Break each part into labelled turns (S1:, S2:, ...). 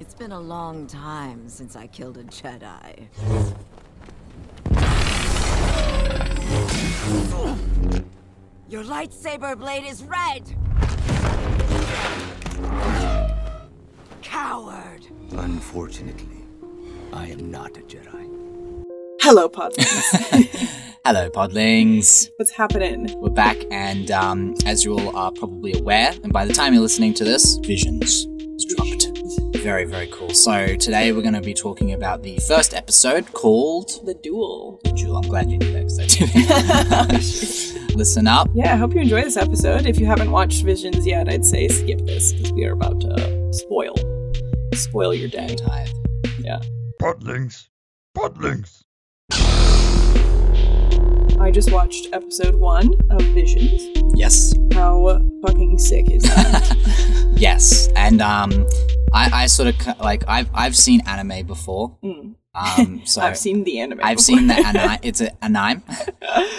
S1: It's been a long time since I killed a Jedi. Your lightsaber blade is red! Coward!
S2: Unfortunately, I am not a Jedi.
S3: Hello, Podlings.
S4: Hello, Podlings.
S3: What's happening?
S4: We're back, and um, as you all are probably aware, and by the time you're listening to this, Visions is dropped. Very, very cool. So today we're going to be talking about the first episode called
S3: The duel.
S4: Jewel. I'm glad you knew that 'cause I didn't. Listen up.
S3: Yeah, I hope you enjoy this episode. If you haven't watched Visions yet, I'd say skip this because we are about to spoil spoil your day.
S4: Tired.
S3: Yeah.
S5: Podlings. Podlings.
S3: I just watched episode one of Visions.
S4: Yes.
S3: How fucking sick is that?
S4: Yes. And um, I, I sort of like I've I've seen anime before.
S3: Mm.
S4: Um, so
S3: I've seen the anime.
S4: I've
S3: before.
S4: seen the anime. It's a anime.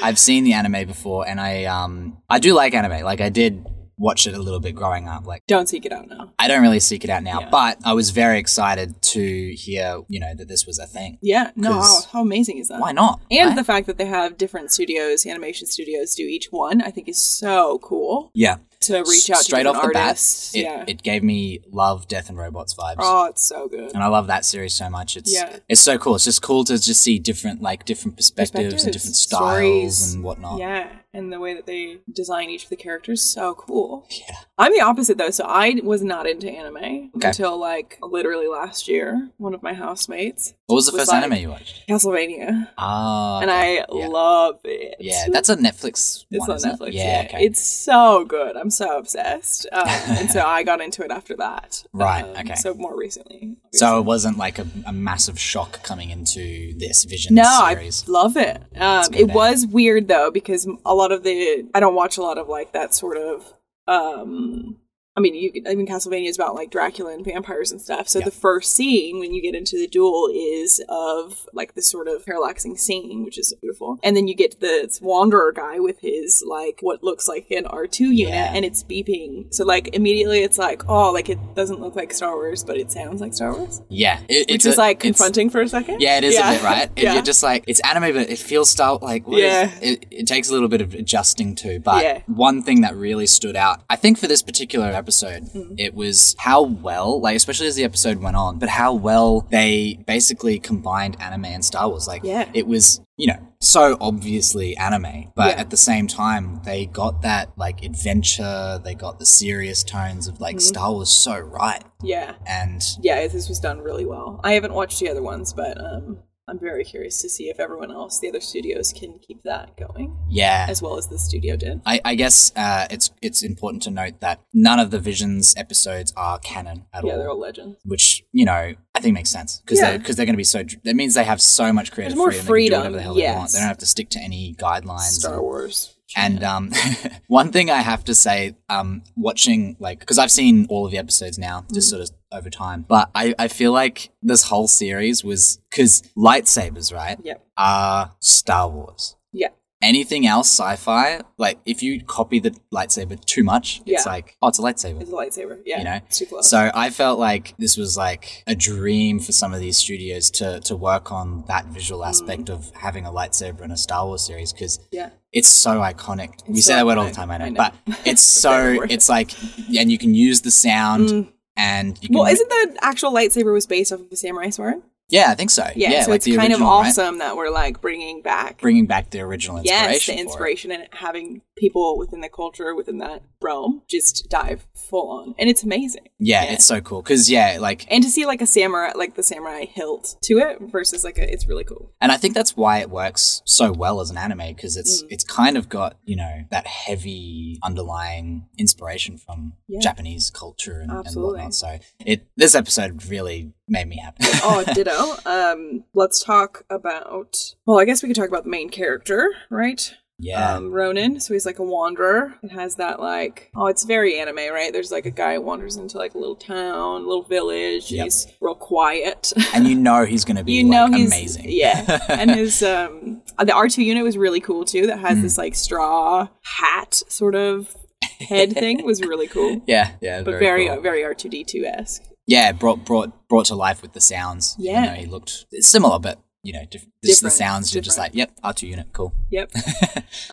S4: I've seen the anime before, and I um I do like anime. Like I did watch it a little bit growing up. Like
S3: Don't seek it out now.
S4: I don't really seek it out now,
S3: Yeah.
S4: but I was very excited to hear you know that this was a thing.
S3: Yeah. No. How,
S4: 'Cause-
S3: how amazing is that?
S4: Why not?
S3: And
S4: right?
S3: the fact that they have different studios, animation studios, do each one, I think is so cool
S4: yeah,
S3: to reach out
S4: straight
S3: to
S4: off
S3: different
S4: the
S3: artists.
S4: bat, it,
S3: yeah.
S4: it gave me love, death, and robots vibes.
S3: oh, it's so good.
S4: And I love that series so much. It's
S3: Yeah.
S4: it's so cool. It's just cool to just see different like different perspectives, and
S3: Perspectives,
S4: different styles
S3: stories.
S4: and whatnot.
S3: Yeah, and the way that they design each of the characters so cool.
S4: Yeah.
S3: I'm the opposite though, so I was not into anime until like literally last year. One of my housemates,
S4: What was the
S3: Was
S4: first
S3: like-
S4: anime you watched?
S3: Castlevania,
S4: Ah,
S3: and I
S4: yeah.
S3: love it.
S4: Yeah, that's a Netflix
S3: it's
S4: one.
S3: on
S4: isn't it?
S3: Netflix.
S4: Yeah,
S3: Yeah,
S4: okay.
S3: it's so good. I'm so obsessed, um, and so I got into it after that.
S4: Right,
S3: Um,
S4: okay.
S3: So more recently.
S4: so
S3: obviously.
S4: it wasn't like a, a massive shock coming into this Vision
S3: No,
S4: series.
S3: I love it. Um,
S4: good,
S3: it
S4: eh?
S3: was weird though because a lot of the I don't watch a lot of like that sort of. Um, I mean, you. I mean, Castlevania is about like Dracula and vampires and stuff. So
S4: Yeah.
S3: the first scene when you get into the duel is of like this sort of parallaxing scene, which is beautiful. And then you get the wanderer guy with his like what looks like an R two unit,
S4: Yeah.
S3: and it's beeping. So like immediately it's like, oh, like it doesn't look like Star Wars, but it sounds like Star Wars,
S4: yeah, it,
S3: which
S4: it's
S3: is
S4: a-
S3: like
S4: it's-
S3: confronting for a second.
S4: Yeah, it is a bit right. It,
S3: Yeah.
S4: You're just like it's anime, but it feels style like what is-
S3: Yeah.
S4: it, it takes a little bit of adjusting to. But
S3: Yeah.
S4: one thing that really stood out, I think, for this particular episode,
S3: Hmm.
S4: it was how well, like especially as the episode went on, but how well they basically combined anime and Star Wars. Like,
S3: Yeah.
S4: it was you know so obviously anime, but
S3: Yeah.
S4: at the same time they got that like adventure, they got the serious tones of
S3: Hmm.
S4: like Star Wars so right,
S3: yeah.
S4: and
S3: yeah, this was done really well. I haven't watched the other ones, but um, I'm very curious to see if everyone else, the other studios, can keep that going
S4: yeah,
S3: as well as the studio did.
S4: I, I guess uh, it's it's important to note that none of the Visions episodes are canon at
S3: Yeah,
S4: all,
S3: they're all legends.
S4: which you know I think makes sense because
S3: Yeah.
S4: they're because they're going to be so. dr- That means they have so much creative
S3: There's more
S4: freedom.
S3: freedom,
S4: They can do whatever the hell they want.
S3: yes.
S4: They don't have to stick to any guidelines.
S3: Star Wars.
S4: And um, one thing I have to say, um, watching like because I've seen all of the episodes now, just
S3: Mm.
S4: sort of over time, but I, I feel like this whole series was because lightsabers, right,
S3: Yep.
S4: are Star Wars
S3: Yeah.
S4: anything else sci-fi like if you copy the lightsaber too much it's
S3: Yeah.
S4: like oh it's a lightsaber
S3: It's a lightsaber. Yeah.
S4: You know,
S3: It's too close.
S4: so i felt like this was like a dream for some of these studios to to work on that visual aspect of having a lightsaber in a star wars series because
S3: Mm. yeah.
S4: it's so iconic we
S3: so
S4: say that word all the
S3: iconic.
S4: time i know,
S3: I know.
S4: but it's so
S3: word. Mm.
S4: it's like and you can use the sound and you can
S3: Well, isn't the actual lightsaber was based off of a samurai sword?
S4: yeah i think so yeah,
S3: Yeah. so
S4: like
S3: it's
S4: the
S3: kind
S4: original,
S3: of
S4: right?
S3: awesome that we're like bringing back.
S4: bringing back the original inspiration
S3: Yes, the
S4: for it.
S3: inspiration and having people within the culture, within that realm, just dive full on. And it's amazing.
S4: yeah, it's so cool because yeah like
S3: and to see like a samurai like the samurai hilt to it versus like a, it's really cool
S4: And I think that's why it works so well as an anime because it's
S3: Mm.
S4: it's kind of got you know that heavy underlying inspiration from
S3: Yeah.
S4: Japanese culture and, and
S3: Absolutely.
S4: whatnot. So it this episode really made me happy.
S3: oh ditto um let's talk about well i guess we could talk about the main character right
S4: yeah,
S3: um ronin so he's like a wanderer it has that like oh it's very anime right there's like a guy who wanders into like a little town little village
S4: Yep.
S3: he's real quiet
S4: and you know he's going to be
S3: you know
S4: like
S3: he's
S4: amazing.
S3: yeah and his um the r2 unit was really cool too that
S4: Hmm.
S3: has this like straw hat sort of head thing was really cool
S4: yeah, yeah,
S3: but very
S4: cool.
S3: very R two D two esque.
S4: Yeah, brought brought brought to life with the sounds. even
S3: Yeah.
S4: though he looked it's similar, but you know, diff- just the
S3: Different,
S4: sounds. You're just
S3: different.
S4: like, yep, R two unit, cool.
S3: Yep.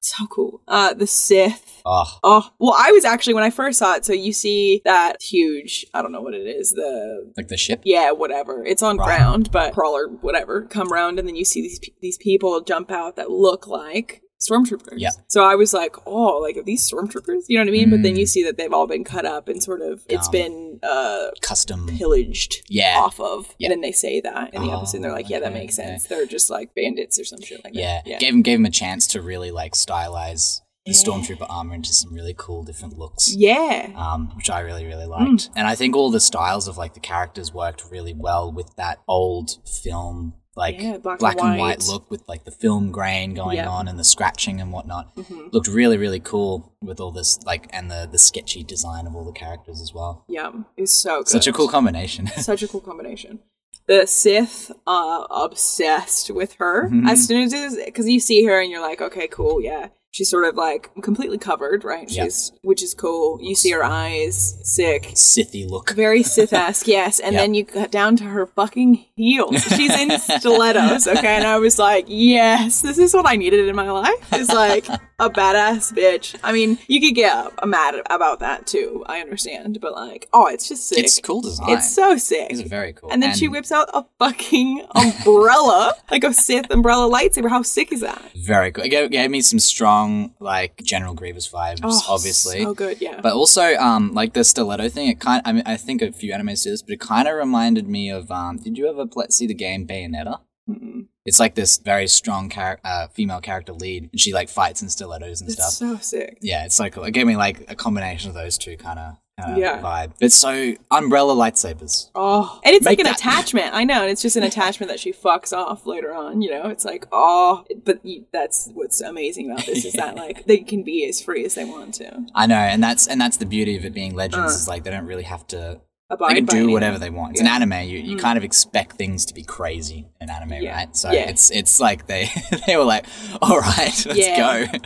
S3: so cool. Uh, the Sith.
S4: Oh,
S3: Oh, well, I was actually, when I first saw it, so you see that huge, I don't know what it is, the,
S4: like the ship.
S3: yeah, whatever. It's on
S4: Right.
S3: ground, but crawler, whatever, come round, and then you see these, pe- these people jump out that look like stormtroopers.
S4: Yeah.
S3: So I was like, oh, like, are these stormtroopers? You know what I mean? But
S4: Mm.
S3: then you see that they've all been cut up and sort of, it's
S4: Down.
S3: been, uh,
S4: Custom.
S3: pillaged
S4: Yeah.
S3: off of
S4: Yeah.
S3: and then they say that in the episode and they're
S4: Oh,
S3: like yeah that
S4: okay,
S3: makes
S4: okay.
S3: sense they're just like bandits or some shit like
S4: Yeah.
S3: that yeah
S4: Gave him gave him a chance to really like stylize the stormtrooper armor into some really cool different looks.
S3: yeah Hmm.
S4: um, which I really, really liked. And I think all the styles of like the characters worked really well with that old film, like
S3: Yeah, black
S4: black,
S3: and
S4: and, white.
S3: white.
S4: look with like the film grain going
S3: Yeah. Mm-hmm.
S4: on and the scratching and whatnot. Looked really, really cool with all this like and the the sketchy design of all the characters as well.
S3: yeah it's so good.
S4: Such a cool combination.
S3: such a cool combination. The Sith uh obsessed with her
S4: Mm-hmm.
S3: as soon as because you see her and you're like, okay, cool, yeah. She's sort of like completely covered, right?
S4: Yeah.
S3: She's which is cool. You see her eyes, sick,
S4: Sithy look.
S3: very Sith-esque, yes. And
S4: Yeah.
S3: then you got down to her fucking heels. She's in stilettos, okay. And I was like, yes, this is what I needed in my life. Is like a badass bitch. I mean, you could get uh, mad about that too. I understand, but like, oh, it's just sick.
S4: It's cool design.
S3: It's so sick.
S4: It's very cool.
S3: And then she whips out a fucking umbrella, like a Sith umbrella lightsaber. How sick is that?
S4: Very cool. It gave, gave me some strong like General Grievous vibes, obviously.
S3: Oh, good, yeah.
S4: But also, um, like the stiletto thing, it kind. I mean, I think a few animes do this, but it kind of reminded me of. Um, did you ever play, see the game Bayonetta?
S3: Mm-mm.
S4: It's like this very strong char- uh, female character lead, and she like fights in stilettos and
S3: It's
S4: stuff.
S3: so sick.
S4: yeah, it's so cool. It gave me like a combination of those two kind of
S3: Yeah.
S4: vibe. But so umbrella lightsabers.
S3: Oh, and it's like
S4: Make
S3: an
S4: that-
S3: attachment. I know, and it's just an attachment that she fucks off later on. You know, it's like oh, but you, that's what's amazing about this is that like they can be as free as they want to.
S4: I know, and that's and that's the beauty of it being
S3: Uh.
S4: legends. is like they don't really have to.
S3: Abide
S4: they can
S3: by
S4: do
S3: anything.
S4: whatever they want. It's an anime. You, you kind of expect things to be crazy in anime,
S3: Mm. Yeah.
S4: right? So
S3: Yeah.
S4: it's it's like they they were like, all right, let's
S3: Yeah.
S4: go.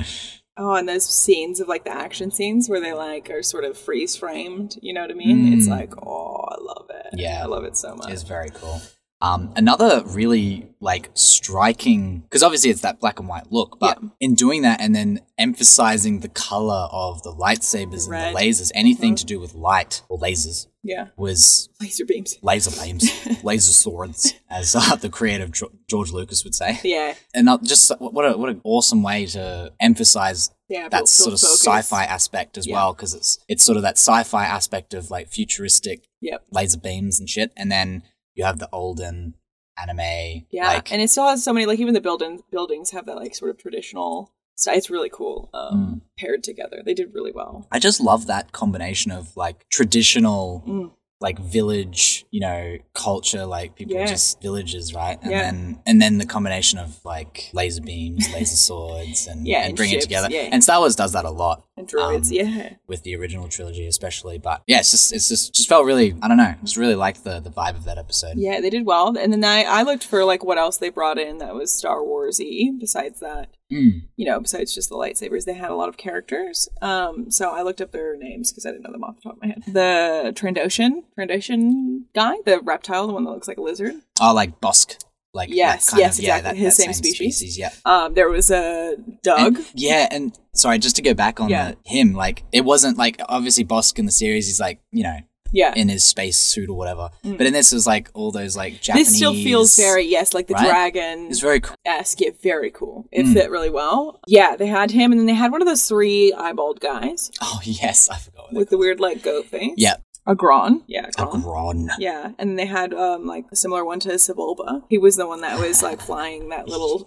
S3: Oh, and those scenes of like the action scenes where they like are sort of freeze framed. You know what I mean? It's like oh, I love it.
S4: Mm. Yeah.
S3: I love it so much.
S4: It's very cool. Um, another really like striking because obviously it's that black and white look, but in doing that and then emphasizing the color of the lightsabers
S3: Red. Uh-huh.
S4: and the lasers, anything to do with light or lasers
S3: yeah,
S4: was
S3: laser beams.
S4: laser beams, laser swords, as uh, the creative Dr- George Lucas would say.
S3: Yeah.
S4: And uh, just what a what an awesome way to emphasize
S3: Yeah,
S4: that
S3: but still
S4: sort of
S3: focused.
S4: sci-fi aspect as
S3: Yeah.
S4: well, because it's it's sort of that sci-fi aspect of like futuristic
S3: Yep.
S4: laser beams and shit, and then you have the olden anime.
S3: Yeah,
S4: like,
S3: and it still has so many. Like even the building buildings have that like sort of traditional. Style. It's really cool. Um,
S4: Mm.
S3: Paired together, they did really well.
S4: I just love that combination of like traditional,
S3: Mm.
S4: like village, you know, culture, like people
S3: Yeah.
S4: just villages, right? And
S3: Yeah.
S4: then and then the combination of like laser beams, laser swords, and
S3: Yeah,
S4: and,
S3: and
S4: bring
S3: ships,
S4: it together.
S3: yeah.
S4: And Star Wars does that a lot.
S3: And droids,
S4: Um,
S3: yeah,
S4: with the original trilogy, especially. But yeah, it's just it's just just felt really I don't know, just really liked the the vibe of that episode.
S3: yeah, they did well. And then I, I looked for like what else they brought in that was Star Warsy. Besides that,
S4: Mm.
S3: you know, besides just the lightsabers, they had a lot of characters. Um, so I looked up their names because I didn't know them off the top of my head. The Trandoshan, Trandoshan guy, the reptile, the one that looks like a lizard.
S4: Oh, like Bosk, like that
S3: Yes,
S4: kind
S3: yes,
S4: of- yeah,
S3: exactly.
S4: that,
S3: His
S4: that
S3: same species.
S4: Yeah.
S3: Um, there was a Doug.
S4: And- yeah, and sorry, just to go back on
S3: Yeah.
S4: the, him, like it wasn't like obviously Bosk in the series is like you know
S3: yeah, Mm.
S4: in his space suit or whatever, but in this was like all those like Japanese.
S3: this still feels very yes, like the
S4: right? Hmm.
S3: dragon
S4: It's very cool.
S3: esque, yet very cool. It fit really well. Yeah, they had him, and then they had one of those three eyeballed guys
S4: Oh yes, I forgot. What they
S3: with the weird like goat face.
S4: Yeah.
S3: a Gron. Yeah, a
S4: A
S3: Gron.
S4: Gron.
S3: Yeah, and they had um like a similar one to Sebulba. He was the one that was like flying that little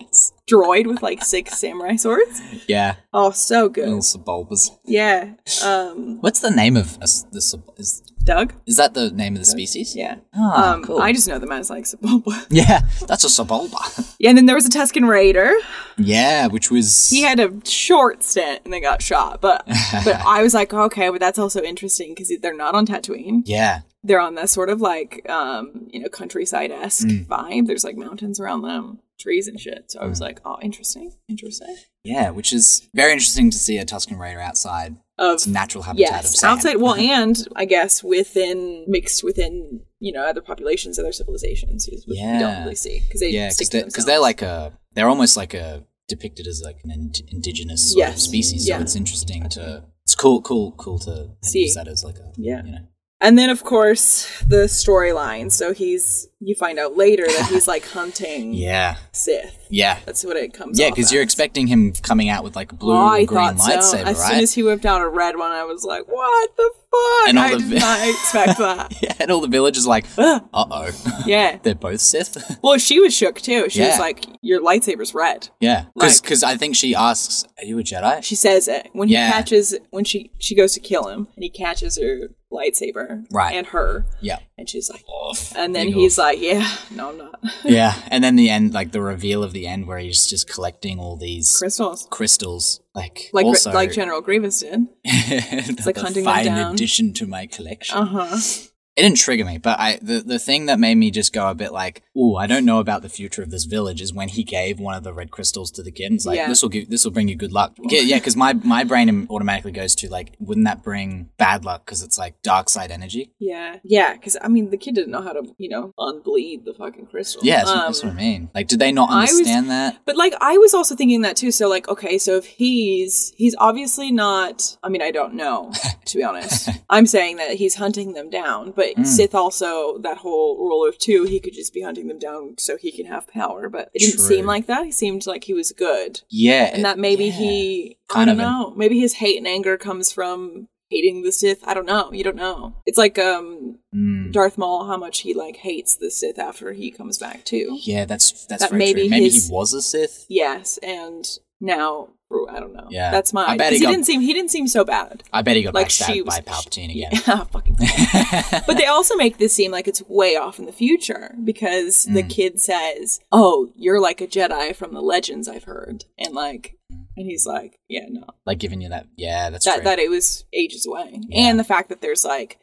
S3: droid with like six samurai swords.
S4: Yeah,
S3: Oh, so
S4: little
S3: good.
S4: Sebulbas.
S3: Yeah. Um,
S4: What's the name of a s the Seb- is
S3: Doug.
S4: is that the name of the species?
S3: Yeah.
S4: Ah,
S3: um,
S4: cool.
S3: I just know them as like Sebulba.
S4: Yeah, that's a Sebulba.
S3: Yeah, and then there was a Tuscan Raider.
S4: yeah, which was
S3: he had a short stint and they got shot. But but I was like, okay, but that's also interesting because they're not on Tatooine.
S4: yeah,
S3: They're on that sort of like um you know countryside esque
S4: Mm.
S3: vibe. There's like mountains around them, trees and shit. So I was like, oh, interesting, interesting.
S4: yeah, which is very interesting to see a Tuscan Raider outside
S3: Of
S4: its natural habitat of
S3: yes,
S4: sand.
S3: outside. Well, and I guess within mixed within you know, other populations, other civilizations, which you
S4: Yeah.
S3: don't really see because they
S4: yeah,
S3: stick
S4: because
S3: to
S4: they're, 'cause they're
S3: themselves.
S4: like a they're almost like a depicted as like an ind- indigenous sort of
S3: Yes,
S4: species. So
S3: yeah.
S4: it's interesting to it's cool, cool, cool to
S3: See.
S4: use that as like a
S3: Yeah.
S4: you know.
S3: And then, of course, the storyline. So he's, you find out later that he's like hunting
S4: Yeah,
S3: Sith.
S4: yeah,
S3: That's what it comes.
S4: yeah.
S3: off
S4: Because you're
S3: as.
S4: expecting him coming out with like a blue
S3: oh, I
S4: and green
S3: thought so.
S4: lightsaber,
S3: As
S4: right?
S3: soon as he whipped out a red one, I was like, "What the fuck?"
S4: And all
S3: I
S4: the
S3: did
S4: vi-
S3: not expect that.
S4: yeah, and all the villagers like,
S3: Ah.
S4: uh oh,
S3: Yeah.
S4: they're both Sith.
S3: Well, she was shook too. She was
S4: Yeah.
S3: like, "Your lightsaber's red."
S4: yeah, because
S3: Like-
S4: I think she asks, "Are you a Jedi?"
S3: She says it when
S4: Yeah.
S3: he catches when she she goes to kill him and he catches her lightsaber
S4: Right.
S3: and her
S4: yeah.
S3: and she's like,
S4: Off.
S3: and then
S4: Big
S3: he's like, "Yeah, no, I'm not."
S4: yeah, and then the end, like the reveal of the end, where he's just collecting all these
S3: Crystals.
S4: crystals, like
S3: Like,
S4: also,
S3: like General Grievous did.
S4: it's
S3: like hunting them
S4: fine
S3: down.
S4: addition to my collection.
S3: Uh huh.
S4: It didn't trigger me, but I the, the thing that made me just go a bit like, "Ooh, I don't know about the future of this village." Is when he gave one of the red crystals to the kid. and It's like
S3: Yeah.
S4: this will give this will bring you good luck. Yeah, yeah, because my my brain automatically goes to like, wouldn't that bring bad luck? Because it's like dark side energy.
S3: Yeah. Yeah. Because I mean, the kid didn't know how to, you know, unbleed the fucking crystal.
S4: Yeah, that's, what-
S3: Um,
S4: that's what I mean. Like, did they not
S3: I was-
S4: understand that?
S3: But like I was also thinking that too. So like okay, so if he's he's obviously not I mean I don't know to be honest. I'm saying that he's hunting them down, but
S4: Hmm.
S3: Sith also that whole rule of 2, he could just be hunting them down so he can have power, but it didn't
S4: True.
S3: seem like that. He seemed like he was good.
S4: Yeah,
S3: And that maybe
S4: yeah.
S3: he
S4: Kind
S3: I don't
S4: of an-
S3: know. Maybe his hate and anger comes from hating the Sith. I don't know. You don't know. It's like um
S4: Mm.
S3: Darth Maul how much he like hates the Sith after he comes back too.
S4: Yeah, that's that's
S3: That
S4: very
S3: maybe
S4: true. Maybe
S3: his-
S4: he was a Sith.
S3: Yes, and now I don't know.
S4: Yeah.
S3: that's my.
S4: I bet he
S3: 'cause he
S4: got-
S3: didn't seem he didn't seem so bad.
S4: I bet he got
S3: Like she
S4: backstabbed
S3: was
S4: by Palpatine again.
S3: Yeah, fucking. but they also make this seem like it's way off in the future because the
S4: Mm.
S3: kid says, "Oh, you're like a Jedi from the legends I've heard," and like, and he's like, "Yeah, no,
S4: like giving you that. Yeah, that's
S3: that
S4: true.
S3: that it was ages away,"
S4: Yeah.
S3: and the fact that there's like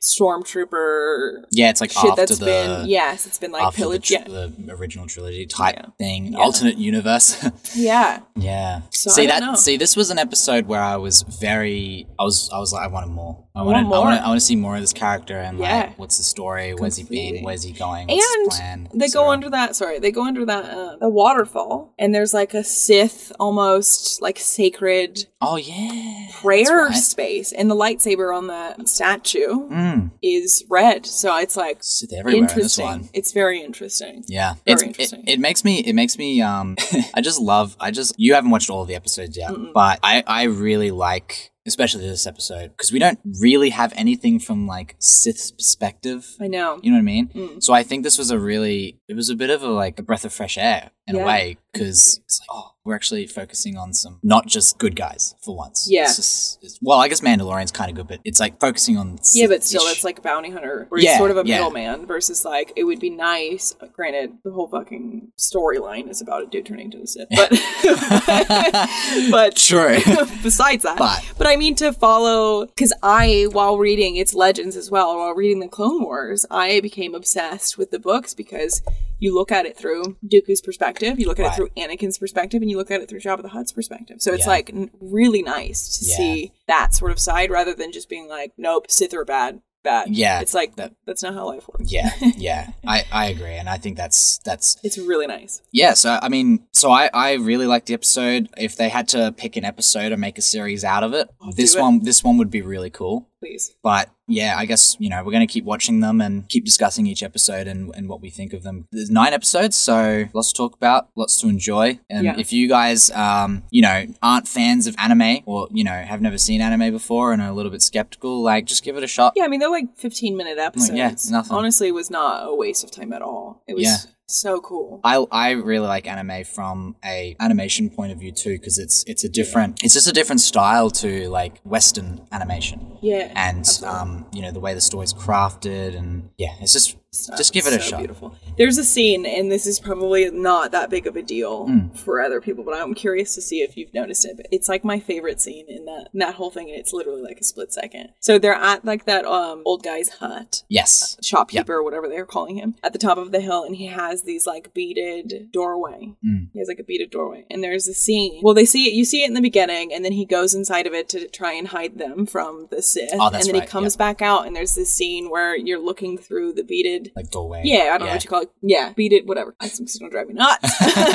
S3: stormtrooper
S4: yeah, it's like
S3: shit
S4: after
S3: that's
S4: the
S3: been yes, it's been like
S4: after the,
S3: pillaged.
S4: tr-
S3: Yeah,
S4: the original trilogy type
S3: Yeah.
S4: thing, alternate universe.
S3: yeah,
S4: yeah.
S3: So
S4: see
S3: I don't
S4: that?
S3: know.
S4: See, this was an episode where I was very. I was. I was like, I wanted more. I
S3: want
S4: wanted. I want.
S3: more.
S4: I want to see more of this character and
S3: Yeah.
S4: like, what's the story? Where's he
S3: Completely.
S4: been? Where's he going? What's
S3: and
S4: his plan?
S3: they go
S4: etc.
S3: under that sorry they go under that uh, the waterfall and there's like a sith almost like sacred
S4: Oh yeah.
S3: prayer
S4: right.
S3: space and the lightsaber on the statue
S4: Mm.
S3: is red so it's like
S4: Sith everywhere in this
S3: interesting
S4: one.
S3: it's very interesting
S4: Yeah,
S3: Very
S4: It's-
S3: interesting.
S4: It, it makes me. It makes me. Um, I just love. I just. You haven't watched all of the episodes yet, but I. I really like, especially this episode, because we don't really have anything from like Sith's perspective.
S3: i know
S4: You know what I mean?
S3: Mm.
S4: So I think this was a really. It was a bit of a like a breath of fresh air in
S3: Yeah.
S4: a way, because it's like, oh, we're actually focusing on some not just good guys for once.
S3: Yeah.
S4: It's just, it's- well, I guess Mandalorian's kind of good, but it's like focusing on.
S3: yeah but still
S4: Sith-ish.
S3: it's like a bounty hunter or it's
S4: Yeah,
S3: sort of a
S4: yeah.
S3: middleman versus like it would be nice uh, granted the whole fucking storyline is about a dude turning to the sith but but
S4: True.
S3: besides that.
S4: But-
S3: I mean to follow because I, while reading its legends as well, while reading the Clone Wars, I became obsessed with the books because you look at it through Dooku's perspective, you look at it
S4: Right.
S3: through Anakin's perspective, and you look at it through Jabba the Hutt's perspective. So it's
S4: Yeah.
S3: like n- really nice to
S4: Yeah.
S3: see that sort of side rather than just being like, nope, Sith are bad, bad.
S4: Yeah,
S3: it's like
S4: that-
S3: that's not how life works.
S4: Yeah, yeah, I, I agree, and I think that's that's
S3: It's really nice.
S4: yeah. So I mean, so I I really like the episode. If they had to pick an episode or make a series out of it, this
S3: do it.
S4: one this one would be really cool.
S3: Please.
S4: But yeah, I guess you know we're gonna keep watching them and keep discussing each episode and, and what we think of them. There's nine episodes, so lots to talk about, lots to enjoy. And
S3: Yeah.
S4: if you guys, um, you know, aren't fans of anime or you know have never seen anime before and are a little bit skeptical, like just give it a shot.
S3: Yeah, I mean they're like fifteen minute episodes.
S4: yeah, nothing.
S3: Honestly, it was not a waste of time at all. It was
S4: Yeah.
S3: so cool.
S4: I, I really like anime from a animation point of view too because it's it's a different it's just a different style to like Western animation
S3: Yeah,
S4: and
S3: absolutely.
S4: um you know the way the story's crafted and yeah it's just just give it a
S3: So
S4: shot
S3: Beautiful. There's a scene, and this is probably not that big of a deal
S4: Hmm.
S3: for other people, but I'm curious to see if you've noticed it. But it's like my favorite scene in that in that whole thing, and it's literally like a split second. So they're at like that um old guy's hut.
S4: yes
S3: Shopkeeper, or whatever they're calling him, at the top of the hill, and he has these like beaded doorway.
S4: Mm.
S3: He has like a beaded doorway, and there's a scene. Well, they see it. You see it in the beginning, and then he goes inside of it to try and hide them from the Sith.
S4: Oh, that's
S3: and then he
S4: right,
S3: comes back out, and there's this scene where you're looking through the beaded beaded.
S4: like doorway.
S3: Yeah, I don't know what you call it. Yeah, beaded, whatever. It's just gonna drive me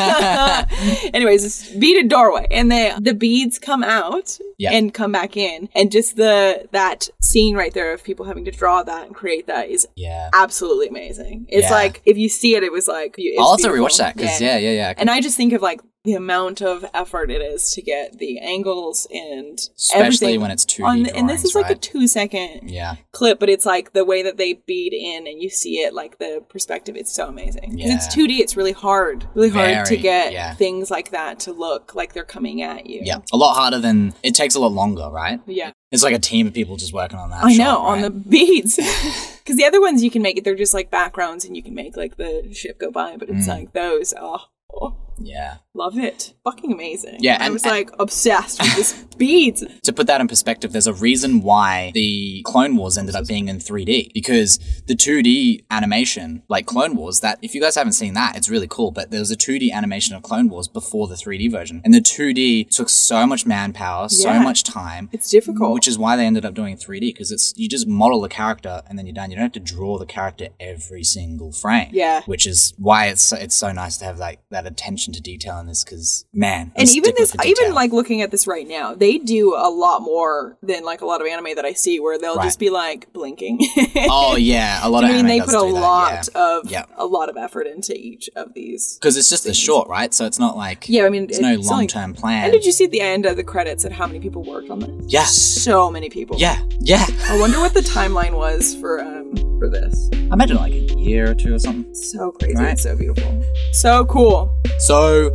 S3: nuts. Anyways, it's beaded doorway, and the the beads come out
S4: Yeah.
S3: and come back in, and just the that scene right there of people having to draw that and create that is
S4: Yeah.
S3: absolutely amazing. It's
S4: Yeah.
S3: like if you see it, it was like you- it's
S4: I'll have to
S3: beautiful.
S4: rewatch that because yeah. yeah, yeah,
S3: And I just think of like the amount of effort it is to get the angles and
S4: Especially
S3: everything
S4: when it's two.
S3: on the, and this is like a
S4: right?
S3: two second
S4: yeah.
S3: clip, but it's like the way that they bead in and you see it, like the perspective. It's so amazing. 'Cause It's
S4: Yeah.
S3: 2D. It's really hard, really hard to
S4: Very,
S3: get
S4: yeah.
S3: things like that to look like they're coming at you.
S4: Yeah, a lot harder than it takes a lot longer, right?
S3: Yeah.
S4: It's like a team of people just working on that.
S3: I
S4: shot,
S3: know on
S4: right?
S3: the beads, because the other ones you can make it. They're just like backgrounds, and you can make like the ship go by. But
S4: Mm.
S3: it's like those. Oh, oh,
S4: yeah.
S3: love it! Fucking amazing.
S4: Yeah,
S3: I
S4: and-
S3: was like obsessed with this beads.
S4: To put that in perspective, there's a reason why the Clone Wars ended up being in 3D because the 2D animation, like Clone Wars, that if you guys haven't seen that, it's really cool. But there was a 2D animation of Clone Wars before the 3D version, and the 2D took so much manpower, so
S3: Yeah.
S4: much time.
S3: It's difficult.
S4: Which is why they ended up doing 3D because it's you just model the character and then you're done. You don't have to draw the character every single frame.
S3: Yeah.
S4: Which is why it's so, it's so nice to have like that attention to detail in this because man. I'm
S3: and
S4: a
S3: even
S4: stickler
S3: this
S4: for
S3: even
S4: detail.
S3: like looking at this right now they do a lot more than like a lot of anime that i see where they'll
S4: Right.
S3: just be like blinking
S4: oh yeah, a lot of
S3: i mean
S4: anime
S3: they
S4: does
S3: put a
S4: do that,
S3: lot
S4: yeah.
S3: of
S4: Yeah.
S3: a lot of effort into each of these
S4: because it's just a short, right? So it's not like
S3: yeah i mean
S4: there's no
S3: it's only-
S4: long term plan.
S3: and did you see at the end of the credits at how many people worked on this
S4: Yeah.
S3: so many people
S4: Yeah, yeah.
S3: i wonder what the timeline was for um for this
S4: I imagine like a year or two or something.
S3: so crazy
S4: Right.
S3: it's so beautiful so cool
S4: So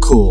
S4: cool.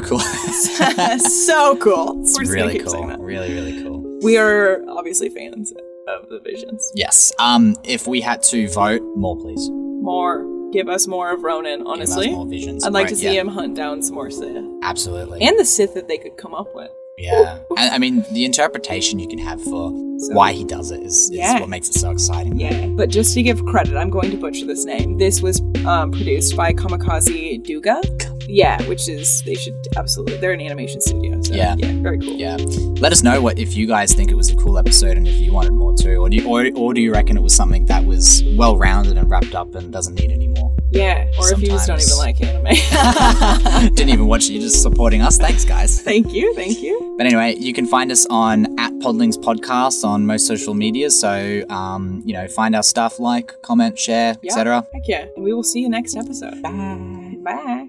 S4: cool.
S3: so cool
S4: It's
S3: We're just gonna
S4: really
S3: keep saying
S4: cool.
S3: that.
S4: Really, really cool.
S3: we are obviously fans of the visions
S4: Yes. Um, if we had to vote, more please. Give
S3: more. Give us more of Ronan,
S4: us
S3: honestly.
S4: more visions.
S3: I'd like
S4: Right,
S3: to see
S4: yeah,
S3: him hunt down some more Sith.
S4: Absolutely.
S3: And the Sith that they could come up with.
S4: yeah. And, I mean, the interpretation you can have for
S3: So-
S4: why he does it is, is
S3: Yeah.
S4: what makes it so exciting.
S3: Yeah. But just to give credit, I'm going to butcher this name. This was um, produced by Kamikaze Duga. Yeah, which is, they should absolutely, they're an animation studio. So,
S4: Yeah.
S3: yeah. very cool.
S4: Yeah. Let us know what if you guys think it was a cool episode and if you wanted more too, or do you, or, or do you reckon it was something that was well rounded and wrapped up and doesn't need any more?
S3: Yeah, Or if you just don't even
S4: Sometimes.
S3: like anime.
S4: Didn't even watch it. You're just supporting us. Thanks, guys.
S3: thank you. Thank you.
S4: But anyway, you can find us on at Podlings Podcast on most social media. So, um, you know, find our stuff, like, comment, share,
S3: Yeah.
S4: etc.
S3: Heck yeah. And we will see you next episode. Bye. Bye.